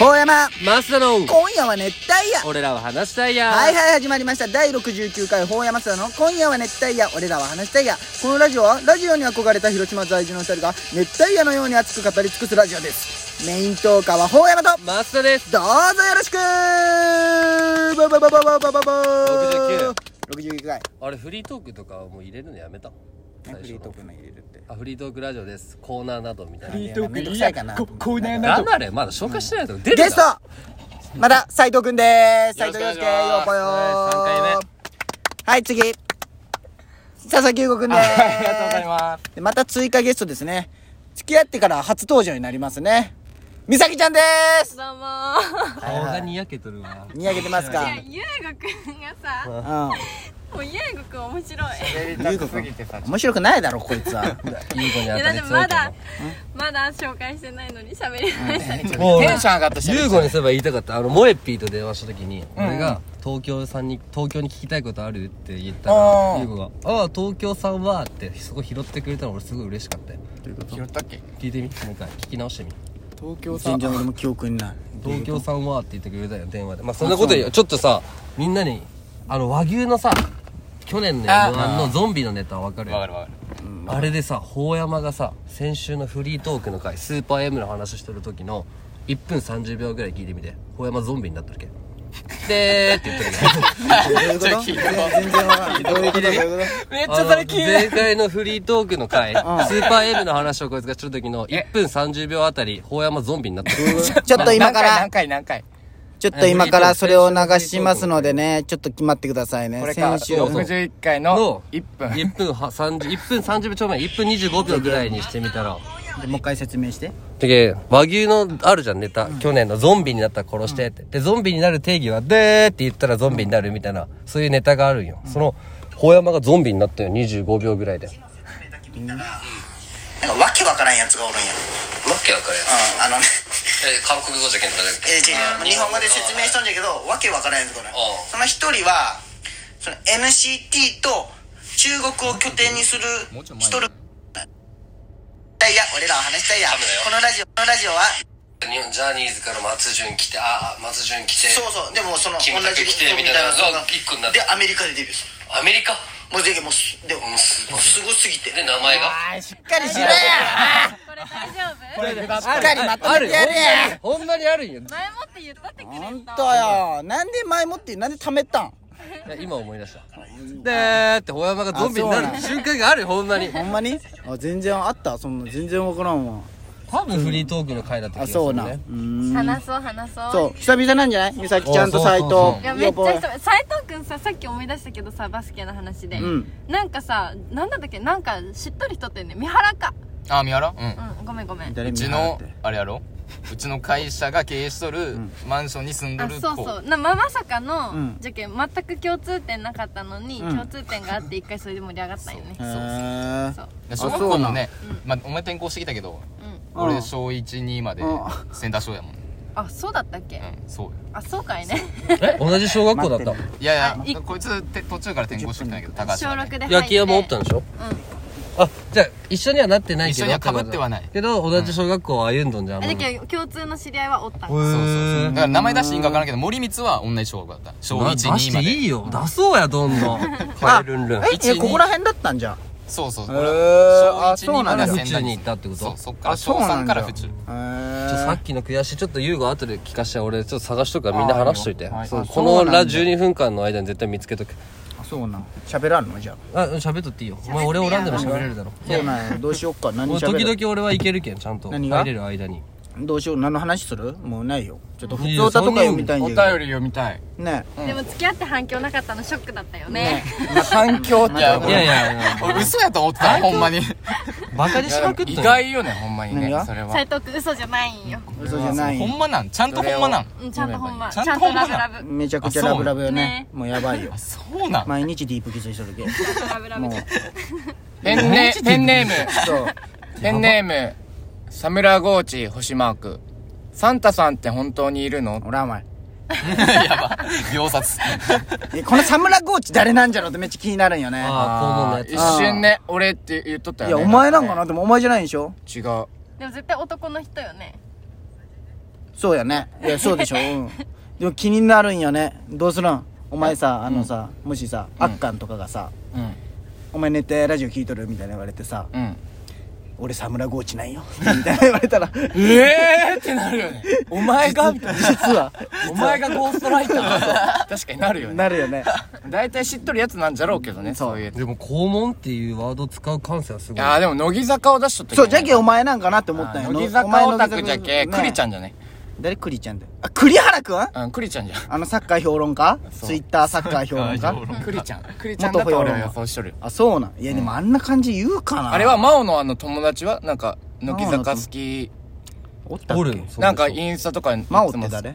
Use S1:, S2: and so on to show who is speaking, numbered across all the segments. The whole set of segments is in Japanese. S1: 大山
S2: マスダの
S1: 今夜は熱帯夜
S2: 俺らは話したいや
S1: はいはい始まりました第69回法山さんの「今夜は熱帯夜俺らは話したいや」このラジオはラジオに憧れた広島在住の2人が熱帯夜のように熱く語り尽くすラジオですメイントーカーは法山と
S2: マスダです
S1: どうぞよろしくババババババババ
S2: 69
S1: 69回
S2: あれフリートークとかはもう入れるのやめた最初の
S1: フリートークの入れるって
S2: あフリートークラジオですコーナーなどみたい
S3: フ
S2: な
S3: リートーク
S1: めんどくさいかな
S3: こコーナーな
S2: なん
S3: ど
S2: だあれまだ紹介してないの出てた
S1: ゲストまた斉藤くんです斉
S2: よろし
S1: 藤
S2: くお
S1: 祐
S2: 願
S1: 介よう
S2: いします
S1: こよ
S2: はい三回
S1: はい次佐々木優子くんで
S3: あ
S1: す
S3: ありがとうございます
S1: でまた追加ゲストですね付き合ってから初登場になりますね美咲ちゃんです
S4: どうもー
S2: 顔がにやけとるわ
S1: 見上げてますか
S4: いや、ゆうごくんがさ、
S1: う
S4: もうゆうごくん面白い。
S3: 喋
S1: ん優
S3: り
S1: 子
S3: た
S1: く
S3: すぎ
S1: ん
S3: てさ
S1: 面白くないだろこいつは
S2: いい子に
S4: い
S2: 当
S4: や、
S2: た
S4: だっ
S2: り
S4: て
S2: 強い
S4: ま
S2: と
S4: だ、まだ紹介してないのに喋りましたね。
S2: 思う
S3: テンション上がったし
S2: ユーゴにすれば言いたかったあのモエピーと電話した時に、俺が東京さんに東京に聞きたいことあるって言った
S3: あ
S2: ら
S3: ー
S2: ユーゴが「ああ東京さんは」ってそこ拾ってくれたの俺すごい嬉しかったよ
S3: 拾ったっけ
S2: 聞いてみもう一回聞き直してみ
S3: 東京さ
S1: 全然俺も記憶にない
S2: 東京さんはって言ってくれたよ電話でまあそんなことよりちょっとさみんなにあの和牛のさ去年の m
S3: あ
S2: 1のゾンビのネタわかる
S3: わかるわかる
S2: あれでさ法山がさ先週のフリートークの回スーパー M の話してる時の1分30秒ぐらい聞いてみて法山ゾンビになったるけでーって言ってるけど
S1: どういうこと全然わかんないどういうことどういうこ
S3: めっち
S2: あ
S3: ゃ
S2: の
S3: それ聞いて
S2: 前回のフリートーク の回スーパー M の話をこいつがしてる時の1分30秒あたり法山ゾンビになったる
S1: とちょっと今から
S3: 何回何回
S1: ちょっと今からそれを流しますのでねちょっと決まってくださいね
S3: これか
S1: 先週
S2: そうそう
S3: 61回
S2: の
S3: の1分
S2: 1分は30 1分30秒ちょい前1分25秒ぐらいにしてみたら
S1: でもう一回説明して
S2: てけ和牛のあるじゃんネタ、去年のゾンビになったら殺してって、でゾンビになる定義はでーって言ったらゾンビになるみたいなそういうネタがあるんよ、その法山がゾンビになったよ25秒ぐらいで
S5: なんかわけわからんやつがおるんや。
S2: わけわかるや
S5: あのね、
S2: つ韓国語じゃけんだ
S5: えー、違う違う日本語で説明したんだけど、わけわからんやつがおるんや
S2: ああ
S5: その一人は、その NCT と中国を拠点にする一人。いや、俺らは話したいや。
S2: ダメだよ
S5: このラジオ、このラジオは、
S2: 日本ジャニーズから松潤来てああ松潤来て
S5: そうそう、でもその、
S2: キ
S5: 同
S2: ムタ
S5: じ
S2: ク来てみたいな
S5: そう
S2: が一個になって
S5: で、アメリカでデビューする。
S2: アメリカ
S5: もうぜひもうす、でも、もうすごすぎて。
S2: で名前が
S4: これ大丈夫
S1: しっかりまと
S2: あ
S1: め
S2: る
S1: てやれや
S2: ほんまにあるんよ
S4: 前もって言ったってくれ
S1: ほん
S4: ん
S1: と
S4: の
S1: よなんで前もってなんで貯めたん
S2: いや今思い出したでーって法山がゾンビになる
S1: あそ
S2: 瞬間があるよほんまに
S1: ほんまにあ全然あったそんな全然わからんわ
S2: 多分フリートークの回だった気
S1: あ
S2: がする
S1: そう
S2: ね
S1: なうん
S4: 話そう、話そう。
S1: そう久々なんじゃない美咲ちゃんと斎藤
S2: そうそうそう
S4: いや、めっちゃ人、斎藤くんさ、さっき思い出したけどさ、バスケの話で。
S1: うん
S4: なんかさ、なんだったっけなんか、しっとり人ってんね。三原か。
S3: あ三原うん
S4: うん、ごめんごめん。
S1: 誰
S3: う
S1: 見
S3: ち
S1: 払っ
S3: の
S1: て
S3: あれやろうちの会社が経営しとるマンションに住んど
S4: あ
S3: る
S4: そう
S3: 子
S4: そうなままさかの、
S1: うん
S4: じゃけん全く共通点なかったのに、
S1: うん
S4: 共通点があって一回それで盛り上がったよね
S1: へ
S4: そう
S1: ー
S4: そう
S3: で小学校もねまあお前転校してきたけど
S4: うん
S1: う
S3: 俺
S1: ん
S3: 小12まで
S1: う
S3: センターショーやもん
S4: あそうだったっけ、
S3: うんそうよ
S4: あそうかいね
S2: え同じ小学校だった
S1: 待っ
S3: いや
S4: あ
S3: い
S4: い
S3: やこいつて途中から転校してきたんだけど高橋
S4: 小
S3: はね
S4: 6で入って
S2: 野球はもおったんでしょあじゃあ一緒にはなってないけど
S3: 一緒には被ってはない
S2: けど同じ小学校を歩んどんじゃん
S4: うん
S2: あ
S4: え
S2: ん
S4: だ
S2: まり
S4: けど共通の知り合いはおったん
S3: そう
S2: へ
S3: そう
S2: ー
S3: そうだから名前出していいんか分からんけど森光は同じ小学校だった小
S2: な出
S3: 12
S2: して
S3: ま
S2: い
S3: で
S2: いよ出そうやど んどんカエルンルン
S1: えいや
S3: 12
S1: ここら辺だったんじゃん
S3: そうそう
S1: へー
S3: 小12まで仙
S1: あそうなんだ
S2: あれ府
S3: 台
S2: 中に行ったってこと
S3: そうそっから
S1: あそ
S3: 小
S1: うなんだ
S3: 3から府中
S1: へ
S2: ちょっとさ
S1: ー
S2: っきの悔しいちょっと優吾後で聞かして俺ちょっと探しとくからみんな話しとい
S1: あ
S2: て
S1: いいよはい
S2: そう
S1: あ
S2: こ
S1: そ
S2: の
S1: うなんだ
S2: ラ12分間の間に絶対見つけとく
S1: あそうなん喋らんのじゃ
S2: あ喋っとっていいよお前俺おらんでも喋れるだろ
S1: あそうなんやどうしよっ か何
S2: もう
S1: 喋
S2: 時
S1: る
S2: 々俺はいけるけんちゃんと
S1: 何
S2: 入
S1: が
S2: れる間に
S1: どうしよう何の話するもうないよちょっと普通歌とか読みたいん
S3: お
S1: だ
S3: 便
S1: け
S3: り
S1: ど
S3: 読みたい
S1: ね
S4: でも付き合って反響なかったのショックだったよね
S1: ね
S3: 反響ってや
S2: いやいやいや
S3: 俺嘘やと思ってたほんまに
S2: バカにしまくっとん
S3: 意
S2: よ
S3: 外よねほんまにね
S1: 何が
S3: それは
S4: 斎藤くん嘘じゃないんよ、
S1: 嘘じゃない
S3: ほんまなんちゃんとほんまなん
S4: うん、ちゃんとほんま
S3: ちゃんと
S4: ちゃん
S3: ほ
S4: と
S3: んまだ
S4: ラブラブ
S1: めちゃくちゃラブラブよね
S4: ね
S1: もうやばいよ
S3: あそうなん
S1: 毎日ディープキスしとるけ
S4: ラブラブ
S1: もう
S6: ペンネペンネーム、
S1: そう
S6: ペンネーム、サムラゴーチ星マーク。サンタさんって本当にい るの
S1: おらお前
S3: 秒殺
S1: えこのサムラゴーチ誰なんじゃろうってめっちゃ気になるんよね
S2: あー肛門
S6: 一
S2: のや
S6: 瞬ね、俺って言っとった
S1: い
S6: よ
S1: や
S6: ね。
S1: お前なんかなでもお前じゃないでしょ
S6: 違う。
S4: でも絶対男の人よね
S1: そうやね いやそうでしょ、うん、でも気になるんよねどうするんお前さあのさ、もしさ、あっかんとかがさ
S6: うん
S1: 「お前寝てラジオ聞いとる?」みたいな言われてさ
S6: うん
S1: 「俺サムラゴーチないよ」みたいな言われたら
S6: ええーってなるよねお前がみ たいな
S1: 実は
S6: お前がゴーストライタ ー確かになるよね
S1: なるよ ね
S6: 大体知っとるやつなんじゃろうけどね
S1: そう
S6: そういうやつい
S2: でも肛門っていうワード使う感性はすごい
S6: やーでも乃木坂を出しとったけど
S1: そうじゃけお前なんかなって思ったん
S6: あ
S1: や
S6: ー乃木
S1: お前
S6: 坂
S1: の
S6: オタクじゃ
S1: ね
S6: け栗ちゃんじゃね
S1: 誰栗ちゃんだよあ栗原くんあ
S6: うん栗ちゃんじ ゃ
S1: のサッカー評論家
S6: そう
S1: ツイッターサッカー評論家
S6: ん栗ちゃん栗ちゃんだと俺は予想しとるよ
S1: あそうなんいやでもあんな感じ言うかな
S6: あれは真央のあの友達はなんか乃木坂好き
S1: おったっ
S2: おる
S1: け
S2: よそう
S6: なんかインスタとかにいつも
S1: 真央って誰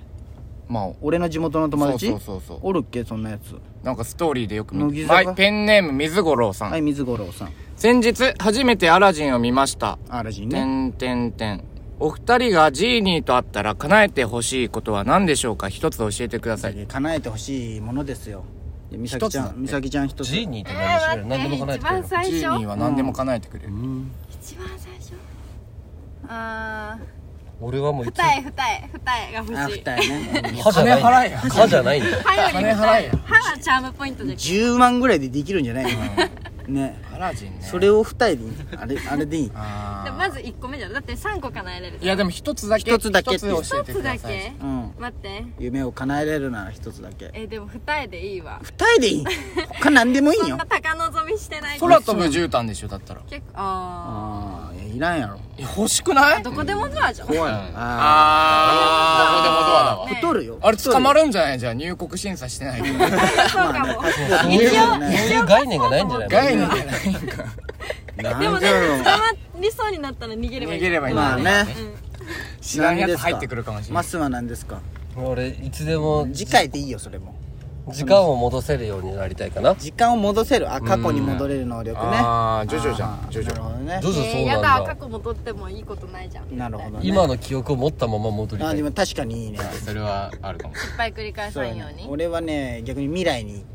S6: 真央
S1: 俺の地元の友達
S6: そうそうそうそう
S1: おるっけそんなやつ
S6: なんかストーリーでよく見
S1: 乃木
S6: て
S1: 坂
S6: はいペンネーム水五郎さん、
S1: はい水五郎さん
S6: 先日初めてアラジンを見ました
S1: アラジン
S6: て
S1: ね
S6: んてんてんお二人がジーニーと会ったら叶えてほしいことは何でしょうか一つ教えてください
S1: 叶えてほしいものですよで美咲ちゃ
S6: 一つだっ
S1: ん
S6: て
S1: 美咲ちゃん一つ
S2: ジーニーって
S4: え
S2: 何して
S4: ー
S2: る何でも
S4: 待
S2: 叶えて
S4: って一
S2: くれ
S4: 番
S2: る
S4: 最
S6: ジーニー
S4: 初
S6: は何でも叶えてくれる、
S4: 一番最初あ
S2: 俺はもう
S4: ー
S2: いつ
S4: 二重二重二重が
S1: あ
S4: 欲しい
S1: 二重 ね
S2: 歯じゃない歯じゃない
S6: 金払えや
S2: んだよ
S4: 歯より二重
S6: 金払えよ
S4: 歯がチャームポイントじゃけ
S1: 10万ぐらいでできるんじゃないね
S6: アラジンね
S1: それを二重でいいあれあれでいい
S6: あ
S4: で
S6: ー
S4: もまず一個目じゃんだって三個叶えれる
S6: い
S4: じゃん
S6: やでも一つだけ
S1: 一つだけ
S6: 一つ教え
S4: 一
S6: てく
S4: つ
S6: だ
S4: だ
S6: さい
S4: け
S1: うん
S4: 待って
S1: 夢を叶えれるなら一つだけ
S4: えーでも二重でいいわ
S1: 二重でいい他何でもいい
S4: そん
S1: よ
S4: な高望みしてない
S6: 空飛ぶ絨毯でしょだったら
S4: 結構あ
S1: ああいやいらんやろ
S6: え欲しくない
S4: ーどこでもドアじゃん
S1: 怖 いあ
S6: あ
S1: あ
S4: ね
S1: 太るよ
S6: あれ捕まるんじゃないじゃあ入国審査してないから
S4: そうかも
S2: そういうそういう概念がないんじゃない
S6: 概念じゃない
S1: なん
S4: でもね
S1: だろう
S4: 捕まりそうになったら逃げれば
S6: 逃
S4: いい
S6: げればいい
S1: まあね
S6: 知らんやつ入ってくるかもしれな
S1: ま
S6: い
S1: っすーは何ですか
S2: 俺いつでも
S1: 次回でいいよそれも
S2: 時間を戻せるようになりたいかな
S1: 時間を戻せるあ過去に戻れる能力ね
S6: ああジョジョじゃんジョジ
S1: なる
S6: ョ
S1: ほどね
S2: ジョジョ
S4: え
S2: そ
S4: ー
S2: う
S4: や
S2: な
S4: だ
S2: んだ
S4: 過去も取ってもいいことないじゃん
S1: なるほどね
S2: 今の記憶を持ったまま戻り
S1: あ
S2: た
S1: で
S2: い
S1: も確かにいいね
S3: それはあるかも
S4: いっぱい繰り返さんように
S1: 俺はね逆に未来に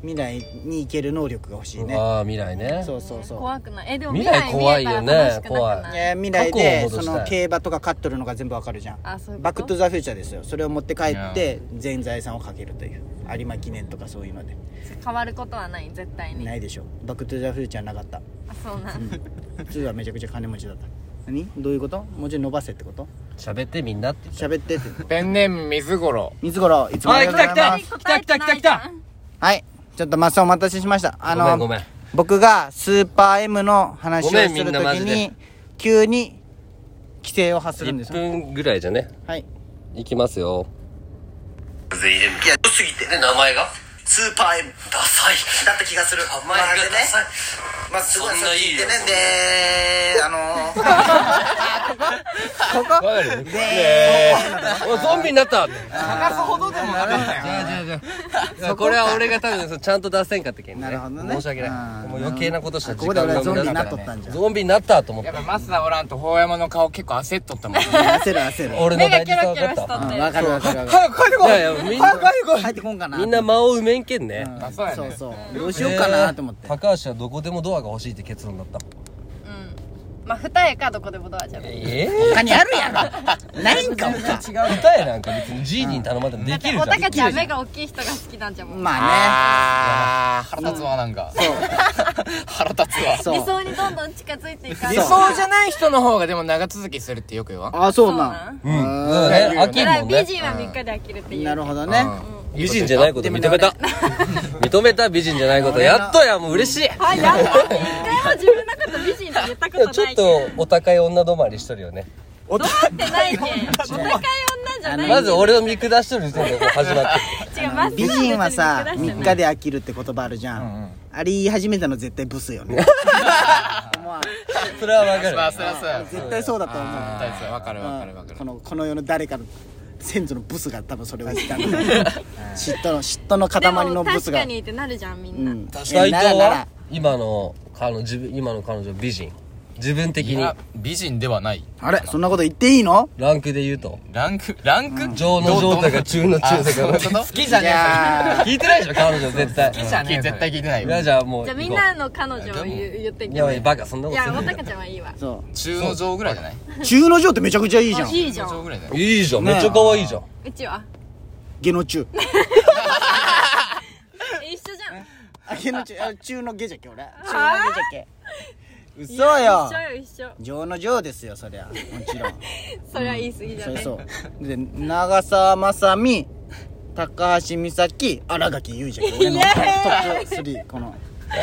S1: 未来に行ける能力が欲しいね
S2: ああ未来ね
S1: そうそうそう
S4: 怖くないえでも
S2: 未来怖いよね
S4: 見えたら楽しくなくない
S2: 怖い
S1: えー未来で
S2: 過去を戻
S1: そ
S2: したい
S1: の競馬とか勝っとるのが全部わかるじゃん
S4: あそういうこと
S1: バック・トゥ・ザ・フューチャーですよそれを持って帰って全財産をかけるという有馬記念とかそういうので
S4: 変わることはない絶対に
S1: な
S4: あ
S1: いでしょバック・トゥ・ザ・フューチャーなかった
S4: そうなん
S1: 普通はめちゃくちゃ金持ちだった何どういうこともうちょい伸ばせってこと
S2: 喋ってみんなって言って
S1: 喋ってって
S6: ペンネーム水五郎
S1: 水五郎いつもありがとうございます
S4: 答えて ないじゃん
S1: はいちょっとマスお待たせしましたあ
S2: ごめんごめん
S1: 僕がスーパー M の話を
S2: ごめん
S1: する
S2: みん
S1: と
S2: な
S1: き
S2: マジで
S1: に急に規制を発するんです
S2: 1
S1: よ
S2: 分ぐらいじゃね
S1: はい
S2: いきますよ
S5: いや良すぎてで名前がスーパー M ダサいだった気がする名前がダサいまあすごい
S3: そんないいよ
S5: さっき言ってねであのー
S2: わかるねえおゾンビになった
S6: 探すほどでもなかったよ
S2: じゃあじゃあじゃあいやこれは俺が多分そのちゃんと出せんかったけんね
S1: なるほどね
S2: 申し訳な
S1: う
S2: い
S1: ん
S2: もう余計なことした
S1: ここで俺はゾンビになっと
S2: 時
S1: っ
S2: 間
S1: た
S2: が
S1: んじゃん
S2: ゾンビになったと思っ
S6: やったぱマスターおらんと法山の顔結構焦っとったもん
S1: 焦る焦る
S2: 俺の
S4: 目
S2: 大
S4: がキ
S2: 事
S4: ョ
S2: さ分
S4: ロキ
S2: か
S4: ョ
S2: っ
S4: ロしと
S2: た
S4: っ
S1: うん
S4: い
S1: わかるわかるわか
S6: 早く帰ってこ
S2: いやいやみんな
S1: る入ってこんかな
S2: みんな間を埋めんけんね
S6: あそうや
S1: そう
S6: ね
S1: そうどうしようかなと思って
S2: えー高橋はどこでもドアが欲しいって結論だった
S4: まあ二重かどこでもドアじゃんだ
S2: え
S1: 他にあるやろないんかもか
S2: え歌えなんか別にジーニーに頼まれてもで
S4: って
S2: きる
S4: おた
S2: じゃ
S4: か
S2: ん
S4: ちゃん目が大きい人が好きなんじゃもん
S1: まあね
S6: あ
S3: 腹立つわなんか腹立つわ
S1: そう
S4: 理想にどんどん近づいてい
S6: ー
S4: かな
S6: 理
S4: い
S6: 想じゃない人の方がでも長続きするってよく言わん
S1: あそう
S4: そうな
S1: なんん
S2: うんだからね飽きる
S4: だから
S2: もんね
S4: 美人は三日で飽きるっていう
S1: なるほどね
S2: 美人じゃないこと認めた 認めた美人じゃないことやっとやもう嬉しい
S4: あやっぱり一回も自分のこと美人って言ったこと
S2: ちょ
S4: な
S2: っ
S4: いけど
S2: とお高い女止まりしとるよね
S4: どうってないけんお高い女じゃない
S2: まず俺を見下しとる時点でこう始まって
S4: 違うまっすぐ
S1: 美人はさ
S4: 別に見下し
S1: 3日で飽きるって言葉あるじゃ
S6: うん
S1: んあれ言い始めたの絶対ブスよね思わん
S2: るそれは分
S3: ま
S2: か
S3: あ
S2: る
S3: そりゃそうや
S1: 絶対そうだと思う
S6: あーわかるわかるわかる
S1: このこの世の誰かの先祖のブスが多分それを言ったんだ嫉妬の嫉妬の塊
S4: て
S1: の
S4: も
S1: ブス
S4: 確
S1: が
S4: かにってなるじゃんみ
S1: うん
S4: な、
S1: ん
S2: 斎藤
S1: いやならな
S2: は
S1: ら
S2: 今の彼女自分今の彼女美人自分的
S3: い
S2: に
S3: や美人ではない
S1: あれそんなこと言っていいの
S2: ランクで言うと
S3: ランクランク、
S2: 上の上だか中の中だか
S3: 好きじゃね
S2: 聞いてないでしょ彼女絶対
S3: え好き絶対聞いてない
S2: いや
S3: よ
S2: じゃあもう
S4: じゃあみ
S2: 行
S4: ん
S2: こ
S4: なの彼女を言う言って
S2: うい
S4: いき
S2: や
S4: ま
S2: い
S4: い
S2: やバカそんなこ
S4: い
S2: とす
S4: や
S2: る
S4: わ
S2: な
S4: たかちゃんはいいわ
S1: そ
S3: 中の上ぐらいじゃないう
S1: 中の上ってめちゃくちゃいいじゃ
S4: あ
S1: ん
S4: いいじゃ
S3: 上
S4: ん
S3: ぐらいだよ
S2: いいじゃんめっちゃ可愛いじゃん
S4: うちは
S1: 下の中
S4: え一緒じゃん
S1: あ下の中あ中の下じゃっけ俺中の
S4: は
S1: 下じゃっけ嘘
S4: い
S1: よ
S4: や一緒よ一緒
S1: 上の上ですよそりゃもちろん
S4: それは言い過ぎだ
S1: そ
S4: ね
S1: りゃそうで長澤まさみ高橋美咲新垣結衣じゃん
S4: イエ
S1: 俺のトップ3この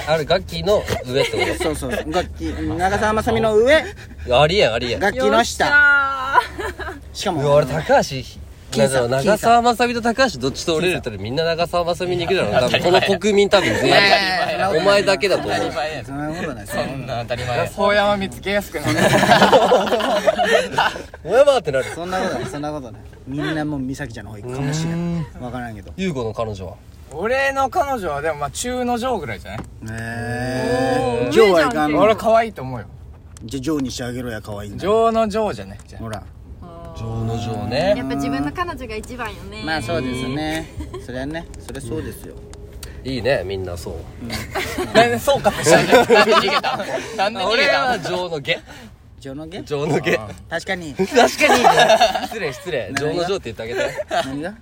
S2: ある楽器の上ってこ
S1: そうそうそう楽器長澤まさみの上
S2: とありえんありえん
S1: 楽器
S4: よ
S1: の
S4: っし
S1: 下
S4: ゃ
S1: しか
S2: うわ
S1: も
S2: 俺高橋
S1: 僅差
S2: 長澤まさみと高橋どっちと俺れたらみんな長澤まさみに行くだろうな多分この国民多分全員お前だけだと思う
S3: 当たり前や
S1: そんなことないです
S3: そんな当たり前や
S6: 大山見つけやすくなる
S2: おやばってなる
S1: そんなことないそんなことないみんなもう美咲ちゃんの方行くかもしれんわからんけど
S2: 優子の彼女は
S6: 俺の彼女はでもまあ中の上ぐらいじゃない
S1: え
S4: おー
S1: ジョーはいかんの
S6: 俺可愛いと思うよ
S1: じゃあジョーにしてあげろや可愛いんだ
S6: 上の上じゃないじゃ
S1: ほら
S2: 情の情
S4: ーや
S2: ね
S4: っぱ自分の彼女が一番よね
S1: まあそうですねそりゃねそりゃそうですよ
S2: いいねみんなそう
S6: あそうか
S3: なんで逃げたなんで逃げ
S2: 俺
S3: た
S2: は情の下
S1: ジョーの下
S2: 情の
S1: 確
S2: 下
S1: かに
S2: 確かにいいね 失礼失礼情の情って言ってあげて
S1: 何が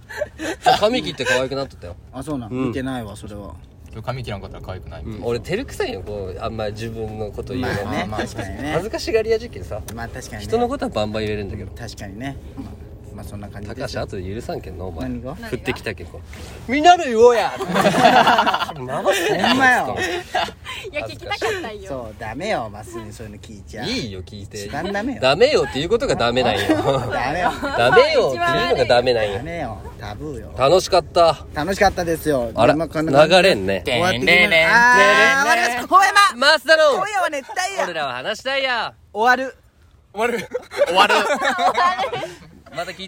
S2: そう髪切って可愛くなっとったよ
S1: あそうなの見てないわそれは
S3: 髪切らんかったら可愛くないみたいな
S2: 俺照れくさいよこうあんまり自分のこと言うの
S1: ね確かにね
S2: 恥ずかしがり屋時期さ
S1: まあ確かにね
S2: 人のことはバンバン言えるんだけど
S1: 確かにねまあまあそんな感じで
S2: 高
S1: す
S2: 橋
S1: よ
S2: 後で許さんけんなお前
S1: 何が
S2: 振ってきたけんこうみんなの言おうや生す
S1: ほんまよ
S4: いや聞きたかったんよ
S1: そうダメよまっすぐそういうの聞いちゃ
S2: いいよ聞いて
S1: 一番ダメよ
S2: ダメよっていうことがダ メなんよ
S1: ダメよ
S2: ダメよっていうのがダメな
S1: ダ
S2: んよ
S1: メよタブーよ
S2: 楽しかった
S1: 楽しかったですよ
S2: あら
S1: まこんな感じ
S2: 流れんね
S1: 終わっていきま
S6: ねんねんねん
S1: あー終わりますほうやま
S2: マスタロ
S1: 今夜は熱帯
S2: 俺
S1: 夜
S2: らは話したいや
S1: 終わる
S6: 終わる
S2: 終わるまた聞いて